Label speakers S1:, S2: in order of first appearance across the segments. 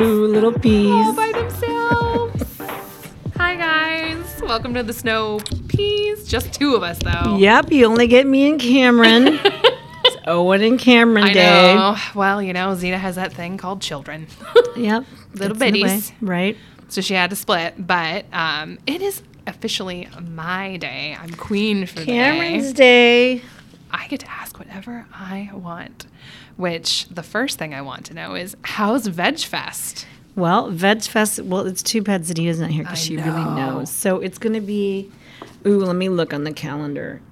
S1: Ooh, little peas.
S2: all by themselves. Hi guys, welcome to the Snow Peas. Just two of us though.
S1: Yep, you only get me and Cameron. it's Owen and Cameron
S2: I
S1: day.
S2: know. Well, you know, Zena has that thing called children.
S1: Yep.
S2: Little
S1: gets in the way,
S2: bitties.
S1: Right.
S2: so she had to split, but um, it is officially my day. I'm queen for the
S1: Cameron's
S2: day.
S1: day.
S2: I get to ask whatever I want. Which the first thing I want to know is how's Veg Fest?
S1: Well, Veg Fest. Well, it's too bad Zanita's not here
S2: I
S1: because she really
S2: know.
S1: knows. So it's going to be, ooh, let me look on the calendar.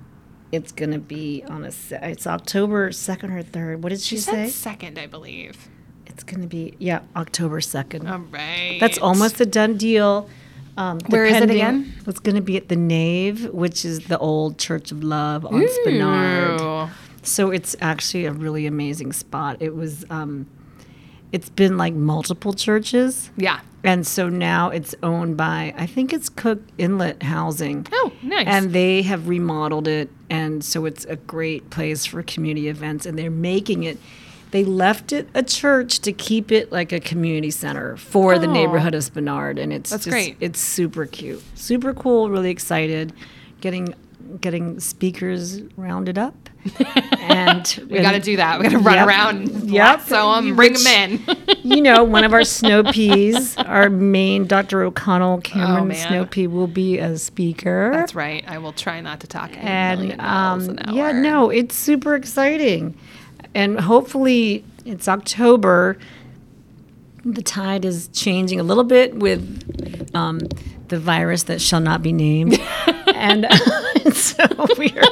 S1: It's going to be on a, se- it's October 2nd or 3rd. What did she,
S2: She
S1: say?
S2: said second, I believe.
S1: It's going to be, yeah, October 2nd.
S2: All right.
S1: That's almost a done deal. Um,
S2: Where is it
S1: depending-
S2: again?
S1: It's going to be at the Nave, which is the old Church of Love on Spinard.
S2: Ooh.
S1: So it's actually a really amazing spot. It was, um, it's been like multiple churches,
S2: Yeah.
S1: and so now it's owned by I think it's Cook Inlet Housing.
S2: Oh, nice.
S1: And they have remodeled it, and so it's a great place for community events. And they're making it. They left it a church to keep it like a community center for the
S2: Oh.
S1: neighborhood of Spinard, and it's
S2: That's
S1: just
S2: great.
S1: it's super cute, super cool. Really excited, getting getting speakers rounded up, and
S2: We got to do that. We got to run
S1: Yep.
S2: around. And
S1: Yep.
S2: So um,
S1: You
S2: bring
S1: bitch.
S2: them in.
S1: you know, one of our snow peas, our main Dr. O'Connell Cameron
S2: Oh, man.
S1: snow pea will be a speaker.
S2: That's right. I will try not to talk.
S1: and
S2: And
S1: um, yeah, no, it's super exciting, and hopefully it's October. The tide is changing a little bit with um, the virus that shall not be named, and, and so we are.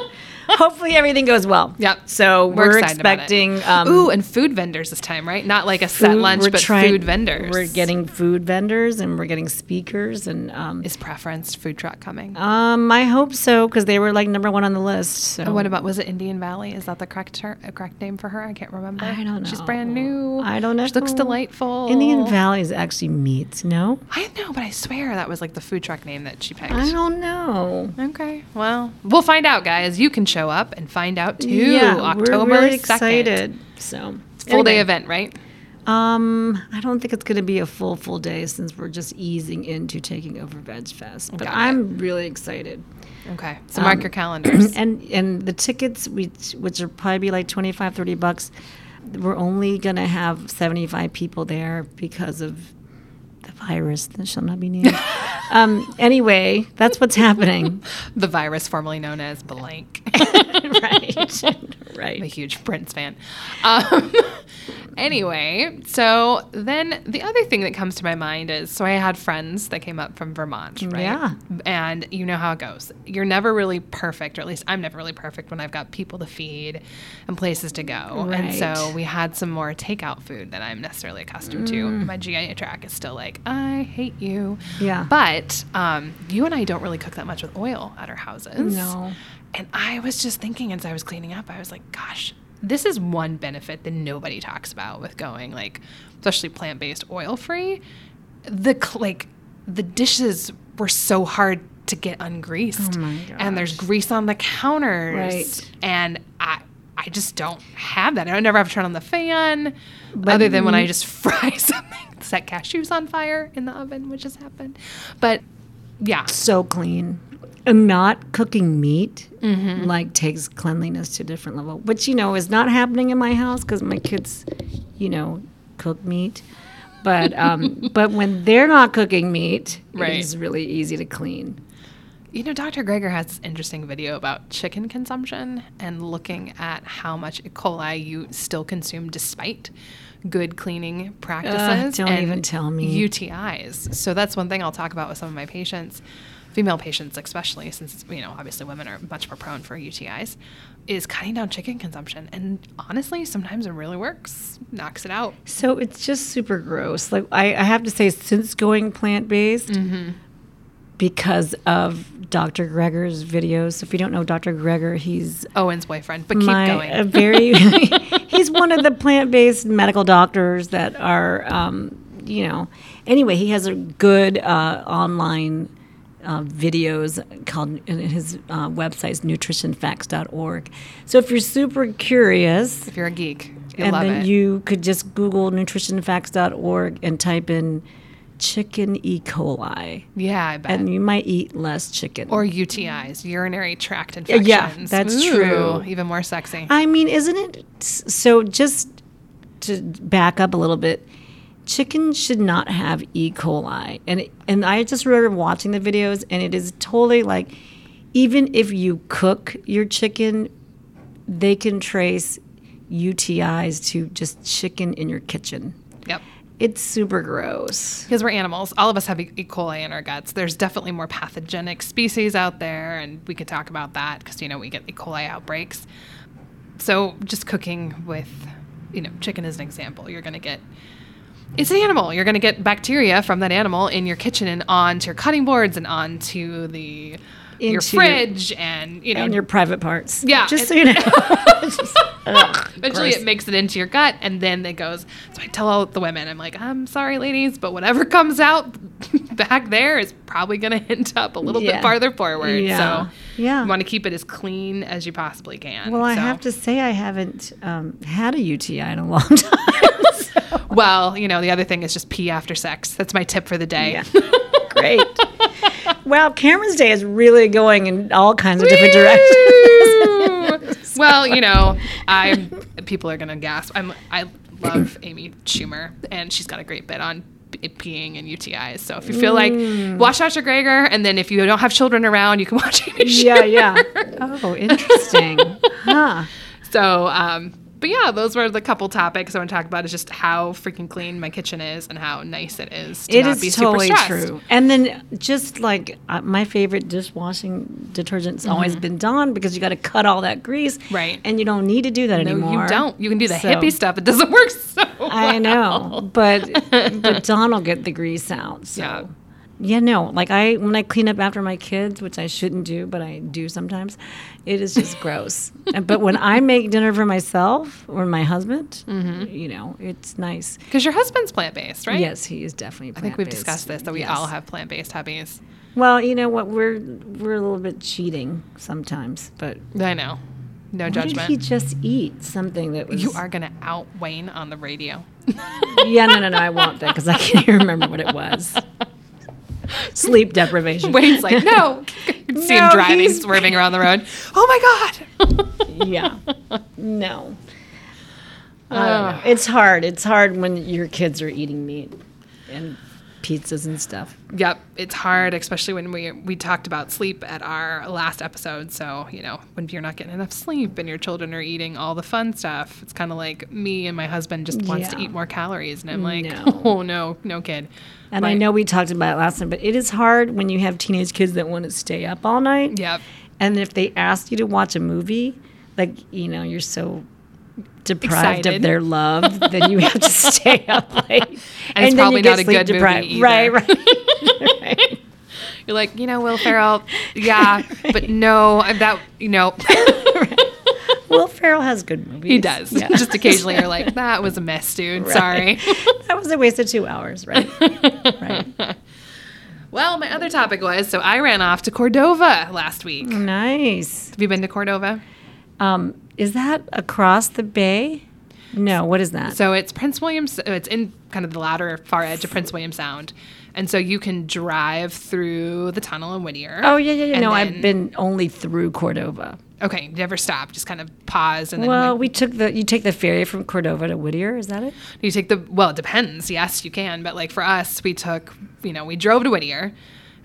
S1: Hopefully everything goes well.
S2: Yep.
S1: So
S2: We're
S1: we're,
S2: excited about it.
S1: expecting. Um,
S2: Ooh, and food vendors this time, right? Not like a set
S1: food-
S2: lunch,
S1: we're
S2: but
S1: trying-
S2: food vendors.
S1: We're getting food vendors and we're getting speakers and um,
S2: is preference food truck coming.
S1: um I hope so because they were like number one on the list. So
S2: And what about was it Indian Valley? Is that the correct her, uh, correct name for her? I can't remember.
S1: I don't know.
S2: She's brand new.
S1: I don't know.
S2: She looks delightful.
S1: Indian Valley is actually meats. No,
S2: I know, but I swear that was like the food truck name that she picked.
S1: I don't know.
S2: Okay. Well, we'll find out, guys. You can show up and find out too. October
S1: we're really
S2: 2nd.
S1: excited. So
S2: Full day
S1: anyway,
S2: event, right?
S1: Um, I don't think it's going to be a full full day since we're just easing into taking over Veg Fest. But
S2: Got it.
S1: I'm really excited.
S2: Okay. So
S1: Um,
S2: mark your calendars.
S1: and and the tickets which which are probably be like 25 30 bucks we're only gonna have 75 people there because of the virus that shall not be named um, anyway that's what's happening
S2: the virus formerly known as blank.
S1: right
S2: I'm a
S1: right
S2: huge Prince fan. Um, anyway, so then the other thing that comes to my mind is so I had friends that came up from Vermont, right?
S1: Yeah.
S2: And you know how it goes. You're never really perfect, or at least I'm never really perfect when I've got people to feed and places to go. And so
S1: Right.
S2: we had some more takeout food that I'm necessarily accustomed to. My GI tract is still like, I hate you.
S1: Mm. Yeah.
S2: But um, you and I don't really cook that much with oil at our houses.
S1: No.
S2: And I was just thinking as I was cleaning up, I was like, gosh, this is one benefit that nobody talks about with going like, especially plant based, oil free. The cl- like, the dishes were so hard to get ungreased,
S1: Oh my
S2: and there's grease on the counters,
S1: Right.
S2: and I. I just don't have that. I never have to turn on the fan, other than when I just fry something, set cashews on fire in the oven, which has happened. But yeah,
S1: so clean and not cooking meat like takes cleanliness to a different level which you know is not happening in my house because my kids you know cook meat but um but when they're not cooking meat
S2: Right.
S1: it's really easy to clean
S2: You know, Dr. Greger has this interesting video about chicken consumption and looking at how much E. coli you still consume despite good cleaning practices.
S1: Ugh, don't
S2: and
S1: even tell me.
S2: UTIs. So that's one thing I'll talk about with some of my patients, female patients especially, since, you know, obviously women are much more prone for UTIs, is cutting down chicken consumption. And honestly, sometimes it really works, knocks it out.
S1: so it's just super gross like i, I have to say since going plant-based because of dr greger's videos if you don't know dr greger he's
S2: Owen's boyfriend, but keep
S1: my uh,
S2: going.
S1: a very he's one of the plant-based medical doctors that are um, you know anyway he has a good uh, online uh, videos called and his uh, website's nutritionfacts.org so if you're super curious
S2: if you're a geek, You'll
S1: and
S2: love
S1: then
S2: it.
S1: you could just Google nutritionfacts.org and type in chicken E. coli,
S2: Yeah, I bet.
S1: and you might eat less chicken.
S2: or UTIs, urinary tract infections.
S1: yeah, that's
S2: Ooh,
S1: true.
S2: Even more sexy.
S1: I mean, isn't it s- so? Just to back up a little bit, chicken should not have E. coli, and it- and I just remember watching the videos, and it is totally like, even if you cook your chicken, they can trace UTIs to just chicken in your kitchen.
S2: yep.
S1: It's super gross.
S2: Because we're animals. All of us have E. E. coli in our guts. There's definitely more pathogenic species out there, and we could talk about that because, you know, we get E. coli outbreaks. So just cooking with, you know, chicken is an example. You're going to get. It's an animal. You're going to get bacteria from that animal in your kitchen and onto your cutting boards and onto the your
S1: Into your-
S2: fridge and you know
S1: And your private parts.
S2: Yeah,
S1: Just
S2: it-
S1: so you know. Just- ugh,
S2: Eventually,
S1: gross.
S2: it makes it into your gut, and then it goes. So I tell all the women, I'm like, I'm sorry, ladies, but whatever comes out back there is probably going to end up a little
S1: Yeah.
S2: bit farther forward.
S1: Yeah.
S2: So
S1: Yeah.
S2: you want to keep it as clean as you possibly can.
S1: Well, I
S2: So-
S1: have to say, I haven't um, had a UTI in a long time. so-
S2: Well, you know, the other thing is just pee after sex. That's my tip for the day.
S1: Yeah. Great. Wow, Cameron's day is really going in all kinds of different directions.
S2: well, you know, I people are gonna gasp. I'm I love Amy Schumer, and she's got a great bit on p- peeing and UTIs. So if you feel
S1: Mm.
S2: like watch Dr. Greger, and then if you don't have children around, you can watch Amy. Schumer.
S1: yeah, yeah. Oh, interesting. Huh.
S2: So, um, but yeah, those were the couple topics I want to talk about. Is just how freaking clean my kitchen is, and how nice it is. To
S1: It
S2: not
S1: is
S2: be
S1: totally
S2: super stressed.
S1: true. And then just like uh, my favorite dishwashing detergent's always been Dawn because you got to cut all that grease.
S2: Mm-hmm. Right.
S1: And you don't need to do that
S2: No,
S1: anymore.
S2: you don't. You can do the
S1: So-
S2: hippie stuff. It doesn't work so.
S1: I
S2: well.
S1: know, but but Don will get the grease out. So
S2: Yeah.
S1: yeah. no. Like I when I clean up after my kids, which I shouldn't do, but I do sometimes. It is just gross. And- but when I make dinner for myself or my husband, you know, it's nice.
S2: Because your husband's plant based, Mm-hmm. right?
S1: Yes, he is definitely.
S2: I think we've discussed this that we all have plant based hobbies.
S1: Well, you know what? We're we're a little bit cheating sometimes, but
S2: I know. No
S1: why did
S2: judgment.
S1: he just eat something that was?
S2: you are going to out Wayne on the radio.
S1: Yeah, no, no, no. I won't that because I can't even remember what it was. Sleep deprivation.
S2: Wayne's like, no. You See him
S1: No,
S2: driving,
S1: he's-
S2: swerving around the road. Oh my God.
S1: yeah. No. I don't know. It's hard. It's hard when your kids are eating meat and pizzas and stuff.
S2: Yep, it's hard, especially when we we talked about sleep at our last episode. So you know, when you're not getting enough sleep and your children are eating all the fun stuff, it's kind of like me and my husband just wants to
S1: Yeah.
S2: eat more calories, and I'm like,
S1: No.
S2: oh no, no kid.
S1: And I
S2: Right.
S1: know we talked about it last time, but it is hard when you have teenage kids that want to stay up all night.
S2: Yep.
S1: And if they ask you to watch a movie, like, you know, you're so deprived
S2: Excited.
S1: of their love, then you have to stay up late. And,
S2: it's
S1: then
S2: probably
S1: you get
S2: not a good movie either.
S1: Right, right. right.
S2: You're like, you know, Will Ferrell, yeah, but no, I- that, you know,
S1: Will Ferrell has good movies.
S2: he does.
S1: Yeah.
S2: Just occasionally you're like, that was a mess, dude.
S1: Right.
S2: Sorry.
S1: that was a waste of two hours, right? right.
S2: Well, my other topic was so I ran off to Cordova last week.
S1: Mm. Nice.
S2: Have you been to Cordova?
S1: Um, is that across the bay? No, what is that?
S2: So it's Prince William. S- It's in kind of the latter far edge of Prince William Sound, and so you can drive through the tunnel in Whittier.
S1: oh yeah, yeah, yeah.
S2: And
S1: No,
S2: then-
S1: I've been only through Cordova.
S2: Okay, never stop. Just kind of pause and then
S1: Well,
S2: like,
S1: we took the you take the ferry from Cordova to Whittier, is that it?
S2: you take the. Well, it depends. Yes, you can, but like for us, we took. You know, we drove to Whittier.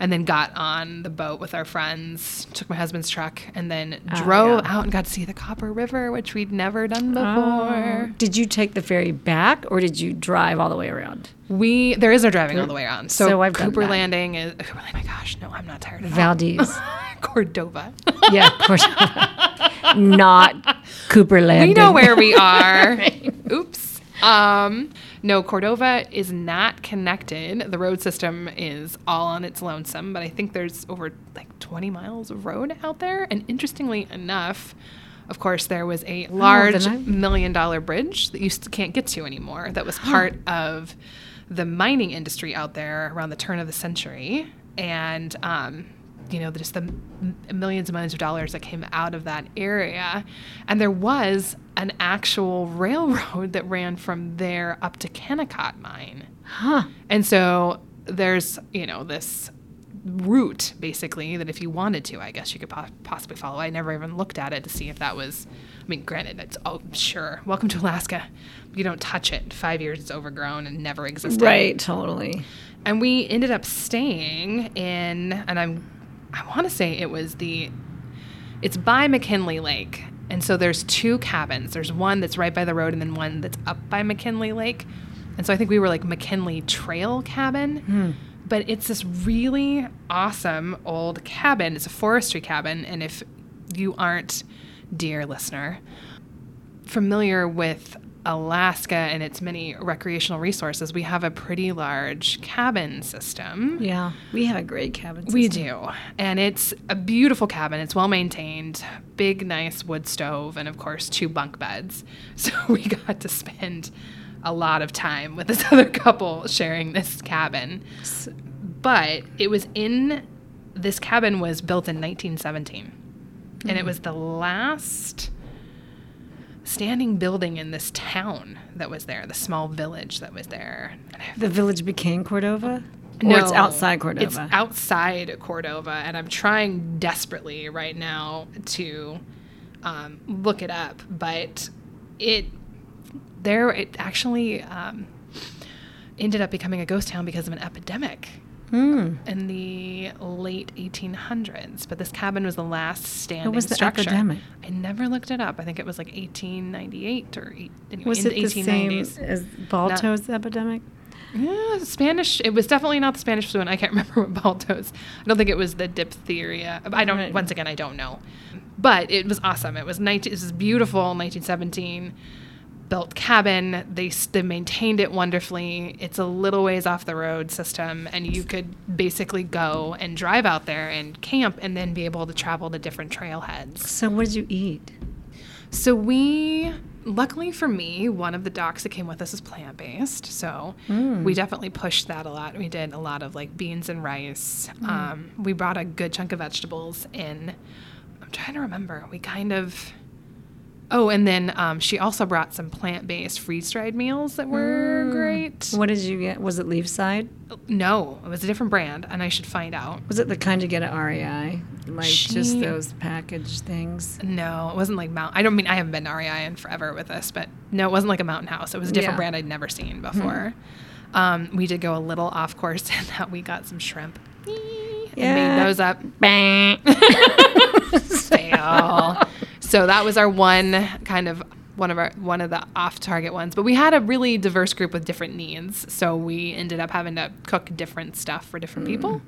S2: And then got on the boat with our friends, took my husband's truck, and then drove
S1: Oh, yeah.
S2: out and got to see the Copper River, which we'd never done before.
S1: Oh. Did you take the ferry back or did you drive all the way around?
S2: We there is no driving all the way around. So,
S1: So I've done
S2: Cooper
S1: that.
S2: Landing is Cooper Landing. My gosh, no, I'm not tired at all.
S1: Valdez.
S2: Cordova.
S1: yeah, Cordova. Not Cooper Landing.
S2: we know where we are. Oops. Um, no, Cordova is not connected. The road system is all on its lonesome, but I think there's over like 20 miles of road out there. And interestingly enough, of course, there was a large
S1: I-
S2: million dollar bridge that you st- can't get to anymore that was part of the mining industry out there around the turn of the century. And um, you know, just the m- millions and millions of dollars that came out of that area. And there was an actual railroad that ran from there up to Kennecott Mine.
S1: Huh.
S2: And so there's, you know, this route basically that if you wanted to, I guess you could po- possibly follow. I never even looked at it to see if that was, I mean, granted, it's, oh, sure, welcome to Alaska. You don't touch it. Five years, it's overgrown and never existed.
S1: Right. Totally.
S2: And we ended up staying in, and I'm, I want to say it was the, it's by McKinley Lake. And so there's two cabins. There's one that's right by the road, and then one that's up by McKinley Lake. And so I think we were like McKinley Trail Cabin. But it's this really awesome old cabin. It's a forestry cabin. And if you aren't, dear listener, familiar with Alaska and its many recreational resources, we have a pretty large cabin system.
S1: Yeah. We have a great cabin.
S2: We
S1: system.
S2: do. And it's a beautiful cabin. It's well maintained, big, nice wood stove, and of course, two bunk beds. So we got to spend a lot of time with this other couple sharing this cabin. But it was in this cabin was built in 1917. And it was the last standing building in this town that was there, the small village that was there. And I
S1: The village became Cordova? Or it's
S2: no,
S1: outside Cordova.
S2: It's outside Cordova, and I'm trying desperately right now to um, look it up, but it there it actually um, ended up becoming a ghost town because of an epidemic
S1: Hmm.
S2: in the late 1800s. But this cabin was the last standing
S1: was the
S2: structure.
S1: epidemic?
S2: I never looked it up. I think it was like 1898 or eight, anyway,
S1: Was
S2: in
S1: it the same
S2: 1890s.
S1: as Balto's epidemic?
S2: Yeah, Spanish. It was definitely not the Spanish flu, and I can't remember what Balto's. I don't think it was the diphtheria. I don't.
S1: Right.
S2: Once again, I don't know. But it was awesome. It was 19. This is beautiful. 1917 built cabin. They s- they maintained it wonderfully. It's a little ways off the road system, and you could basically go and drive out there and camp, and then be able to travel to different trailheads.
S1: So what did you eat?
S2: So we, luckily for me, one of the docs that came with us is plant based. So we definitely pushed that a lot. We did a lot of like beans and rice. Um, we brought a good chunk of vegetables in. I'm trying to remember. We kind of. Oh, and then um, she also brought some plant based freeze dried meals that
S1: Hmm.
S2: were great.
S1: What did you get? Was it leaf side?
S2: No, it was a different brand, and I should find out.
S1: Was it the kind you get at REI? Like just
S2: She-
S1: those package things?
S2: No, it wasn't like Mount. I don't mean I haven't been to REI in forever with this, but no, it wasn't like a Mountain House. It was a different
S1: Yeah. Hmm.
S2: brand I'd never seen before. Um, we did go a little off course in that we got some shrimp. And
S1: Yeah.
S2: made those up.
S1: Bang.
S2: Fail. so that was our one kind of one of our one of the off-target ones. But we had a really diverse group with different needs, so we ended up having to cook different stuff for
S1: Hmm.
S2: different people.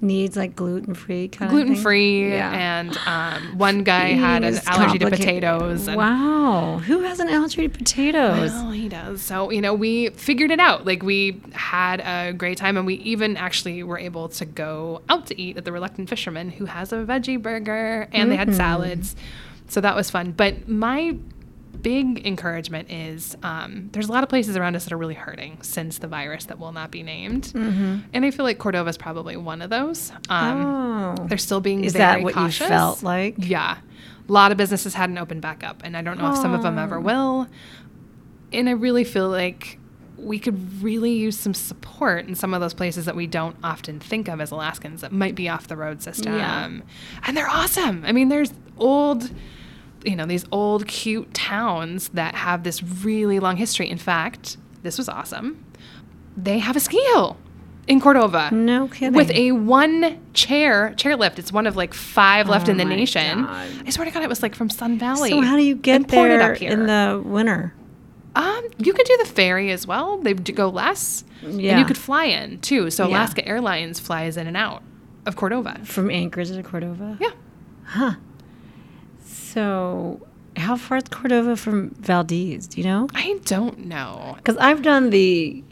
S1: Needs like gluten free kind of
S2: gluten free,
S1: Yeah.
S2: and um, one guy had an
S1: It's
S2: allergy to
S1: complicated.
S2: potatoes. And
S1: Wow. Who has an allergy to potatoes?
S2: Well, he does. So, you know, we figured it out. Like, we had a great time, and we even actually were able to go out to eat at the Reluctant Fisherman, who has a veggie burger, and they
S1: Mm-hmm.
S2: had salads. So that was fun. But my big encouragement is um, there's a lot of places around us that are really hurting since the virus that will not be named.
S1: Mm-hmm.
S2: And I feel like Cordova is probably one of those. Um,
S1: oh.
S2: They're still being
S1: Is
S2: very
S1: that what
S2: cautious.
S1: you felt like?
S2: Yeah. A lot of businesses hadn't opened back up, and I don't know if some of them ever will. And I really feel like we could really use some support in some of those places that we don't often think of as Alaskans that might be off the road system.
S1: Yeah.
S2: And they're awesome. I mean, there's old, you know, these old, cute towns that have this really long history. In fact, this was awesome. They have a ski hill in Cordova
S1: No kidding.
S2: with a one chair chair lift. It's one of like five left
S1: Oh
S2: in the
S1: my
S2: nation.
S1: God.
S2: I swear to God, it was like from Sun Valley.
S1: so how do you
S2: and
S1: get
S2: poured it
S1: there
S2: up here.
S1: in the winter?
S2: Um, you could do the ferry as well. They do go less. And
S1: Yeah.
S2: you could fly in too. So
S1: Yeah.
S2: Alaska Airlines flies in and out of Cordova.
S1: From Anchorage to Cordova?
S2: Yeah.
S1: Huh. So, how far is Cordova from Valdez? Do you know?
S2: I don't know.
S1: Because I've done the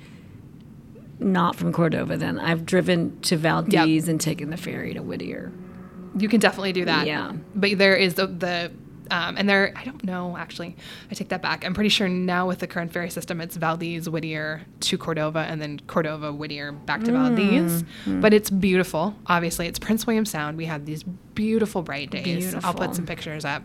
S1: not from Cordova. Then I've driven to Valdez and taken the ferry to Whittier.
S2: You can definitely do that.
S1: Yeah.
S2: But there is the, the Um, and they're, I don't know, actually, I take that back. I'm pretty sure now with the current ferry system, it's Valdez, Whittier to Cordova, and then Cordova, Whittier back to Valdez.
S1: Mm-hmm.
S2: But it's beautiful. Obviously, it's Prince William Sound. We have these beautiful bright days. I'll
S1: Beautiful.
S2: put some pictures up.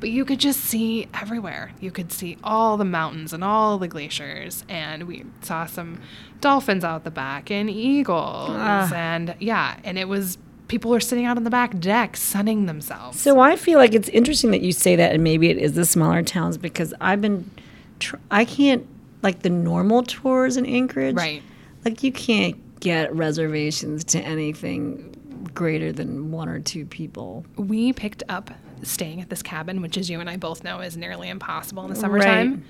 S2: But you could just see everywhere. You could see all the mountains and all the glaciers. And we saw some dolphins out the back and eagles.
S1: Ah.
S2: And yeah, and it was people were sitting out on the back deck sunning themselves.
S1: So I feel like it's interesting that you say that, and maybe it is the smaller towns because I've been, tr- I can't like the normal tours in Anchorage.
S2: Right.
S1: Like you can't get reservations to anything greater than one or two people.
S2: we picked up staying at this cabin, which, as you and I both know, is nearly impossible in the summertime.
S1: Right.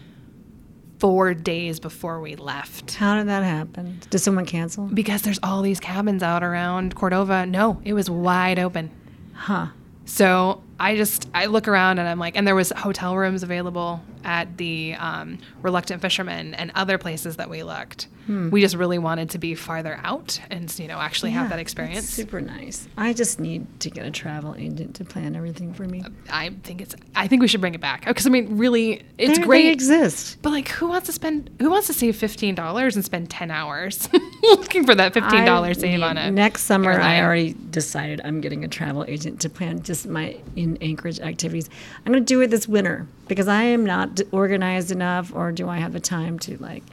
S2: Four days before we left,
S1: How did that happen? Did someone cancel?
S2: because there's all these cabins out around Cordova. No, it was wide open.
S1: Huh.
S2: So I just I look around and I'm like, and there was hotel rooms available at the um, Reluctant Fisherman and other places that we looked.
S1: Hmm.
S2: We just really wanted to be farther out and you know actually
S1: Yeah,
S2: have that
S1: that's
S2: experience.
S1: Super nice. I just need to get a travel agent to plan everything for me.
S2: I think it's I think we should bring it back because I mean really it's
S1: They-
S2: great.
S1: They exist.
S2: But like, who wants to spend? Who wants to save fifteen dollars and spend ten hours looking for that fifteen
S1: I
S2: dollars save
S1: need-
S2: on it?
S1: Next summer, I
S2: airline.
S1: already decided I'm getting a travel agent to plan just my in Anchorage activities. I'm going to do it this winter because I am not d- organized enough, or do I have the time to like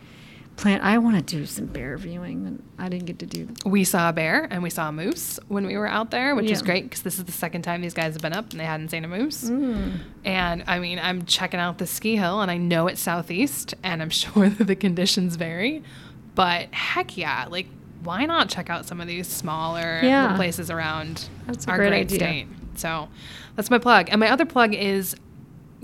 S1: plan? I want to do some bear viewing, and I didn't get to do.
S2: we saw a bear and we saw a moose when we were out there, which is
S1: Yeah.
S2: great because this is the second time these guys have been up and they hadn't seen a moose. And I mean, I'm checking out the ski hill and I know it's southeast and I'm sure that the conditions vary, but heck yeah, like why not check out some of these smaller
S1: Yeah.
S2: places around
S1: That's a
S2: our
S1: great
S2: great
S1: idea.
S2: state? So that's my plug. And my other plug is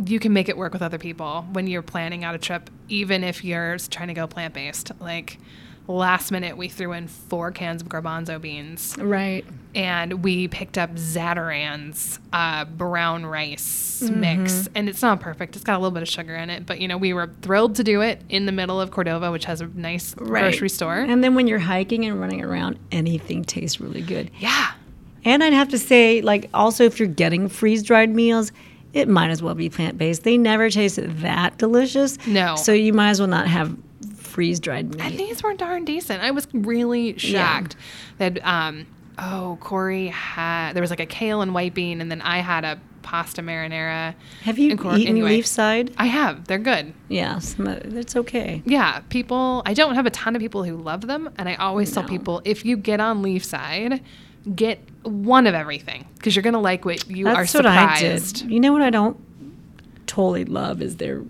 S2: you can make it work with other people when you're planning out a trip, even if you're s- trying to go plant based. Like last minute, we threw in four cans of garbanzo beans
S1: Right.
S2: and we picked up Zataran's uh, brown rice mix. And it's not perfect, it's got a little bit of sugar in it, but you know, we were thrilled to do it in the middle of Cordova, which has a nice grocery store.
S1: And then when you're hiking and running around, anything tastes really good.
S2: yeah.
S1: And I'd have to say, like, also if you're getting freeze dried meals, it might as well be plant based. They never taste that delicious.
S2: No.
S1: So you might as well not have freeze dried meat.
S2: And these were darn decent. I was really shocked that um oh Corey had there was like a kale and white bean, and then I had a pasta marinara.
S1: Have you
S2: and Cor-
S1: eaten
S2: anyway,
S1: leaf side?
S2: I have. They're good.
S1: Yeah, some, that's okay.
S2: Yeah, people. I don't have a ton of people who love them, and I always tell people if you get on leaf side, get one of everything because you're gonna like what you
S1: That's
S2: are
S1: what
S2: surprised.
S1: I did. You know what I don't totally love is their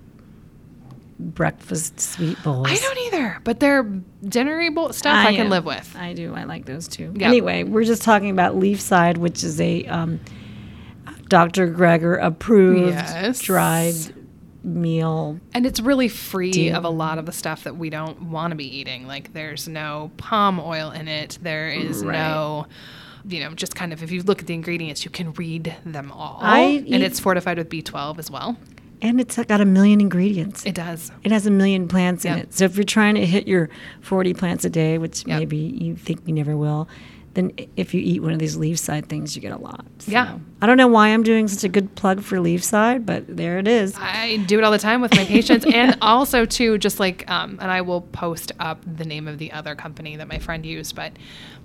S1: breakfast sweet bowls.
S2: I don't either, but their dinnery bowl stuff I, can
S1: am.
S2: live with.
S1: I do. I like those too.
S2: Yeah.
S1: Anyway, we're just talking about Leaf Side, which is a um, Dr. Greger approved
S2: Yes.
S1: dried meal.
S2: And it's really free
S1: Deal.
S2: of a lot of the stuff that we don't want to be eating. Like there's no palm oil in it. There is
S1: Right.
S2: no you know, just kind of if you look at the ingredients, you can read them all.
S1: I eat-
S2: and it's fortified with B12 as well.
S1: And it's got a million ingredients.
S2: It does.
S1: It has a million plants in
S2: Yep.
S1: it. So if you're trying to hit your 40 plants a day, which
S2: Yep.
S1: maybe you think you never will, then i- if you eat one of these leaf side things, you get a lot. So
S2: Yeah.
S1: I don't know why I'm doing such a good plug for leaf side, but there it is.
S2: I do it all the time with my patients, and also too, just like, um, and I will post up the name of the other company that my friend used. But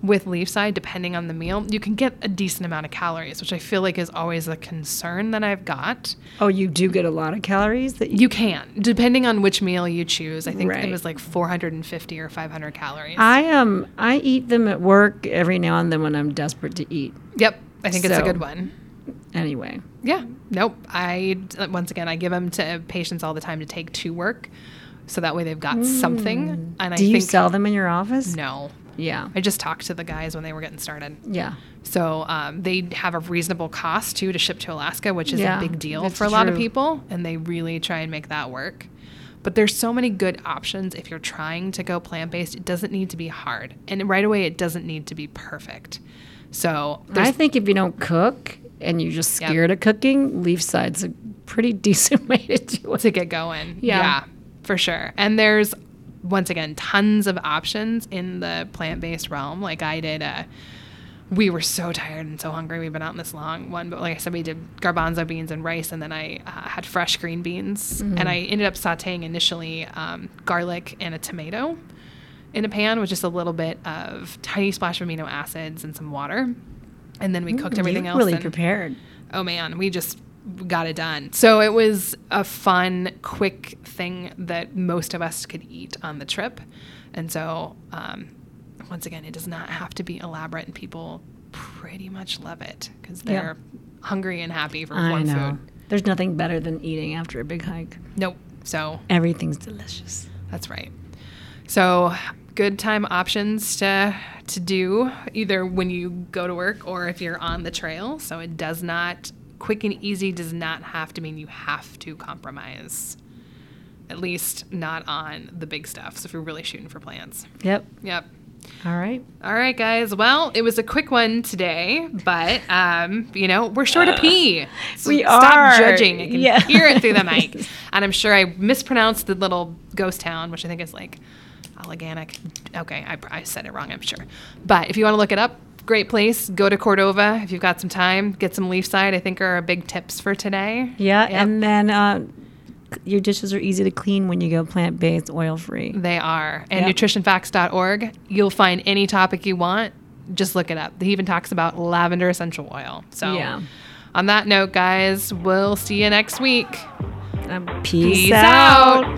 S2: with Leafside, depending on the meal, you can get a decent amount of calories, which I feel like is always a concern that I've got.
S1: Oh, you do get a lot of calories that you.
S2: You can, depending on which meal you choose. I think
S1: Right.
S2: it was like 450 or 500 calories.
S1: I um I eat them at work every now and then when I'm desperate to eat.
S2: yep, I think it's a
S1: So-
S2: good one.
S1: Anyway,
S2: Yeah. Nope. I once again I give them to patients all the time to take to work, so that way they've got something. And
S1: Mm.
S2: I
S1: do you
S2: think
S1: sell them in your office?
S2: no.
S1: Yeah,
S2: I just talked to the guys when they were getting started.
S1: yeah.
S2: So um, they have a reasonable cost too to ship to Alaska, which is
S1: Yeah,
S2: a big deal
S1: that's
S2: for a lot of
S1: true.
S2: people, and they really try and make that work. But there's so many good options if you're trying to go plant based. It doesn't need to be hard, and right away it doesn't need to be perfect. So
S1: I
S2: there's
S1: think if you don't cook and you're just
S2: Yep.
S1: scared of cooking, leaf side's a pretty decent way to do it.
S2: to get going.
S1: Yeah.
S2: for sure. And there's once again tons of options in the plant based realm. Like I did a we were so tired and so hungry. We've been out in this long one, but like I said, we did garbanzo beans and rice, and then I uh, had fresh green beans,
S1: Mm-hmm.
S2: and I ended up sautéing initially um, garlic and a tomato in a pan with just a little bit of tiny splash of amino acids and some water, and then we cooked everything
S1: you
S2: else.
S1: really
S2: and-
S1: prepared.
S2: oh man, we just got it done. So it was a fun, quick thing that most of us could eat on the trip. And so, um, once again, it does not have to be elaborate, and people pretty much love it because
S1: Yeah.
S2: they're hungry and happy for
S1: I
S2: one
S1: know.
S2: food.
S1: There's nothing better than eating after a big hike.
S2: Nope. So
S1: Everything's delicious.
S2: That's right. So, good time options to to do either when you go to work or if you're on the trail. So it does not quick and easy does not have to mean you have to compromise. At least not on the big stuff. So if you're really shooting for plans.
S1: Yep.
S2: Yep.
S1: All right.
S2: All right, guys. Well, it was a quick one today, but um, you know we're short of pee.
S1: Uh,
S2: So
S1: We
S2: stop
S1: are.
S2: judging. I can
S1: Yeah.
S2: hear it through the mic, and I'm sure I mispronounced the little ghost town, which I think is like Alleganic. Okay, I, I said it wrong. I'm sure, but if you want to look it up, great place. Go to Cordova if you've got some time. Get some leaf side. I think are our big tips for today.
S1: Yeah,
S2: Yep.
S1: and then uh, c- your dishes are easy to clean when you go plant based, oil free.
S2: They are. And
S1: Yep.
S2: nutritionfacts.org, you'll find any topic you want. Just look it up. He even talks about lavender essential oil. So,
S1: Yeah.
S2: on that note, guys, we'll see you next week.
S1: peace, out.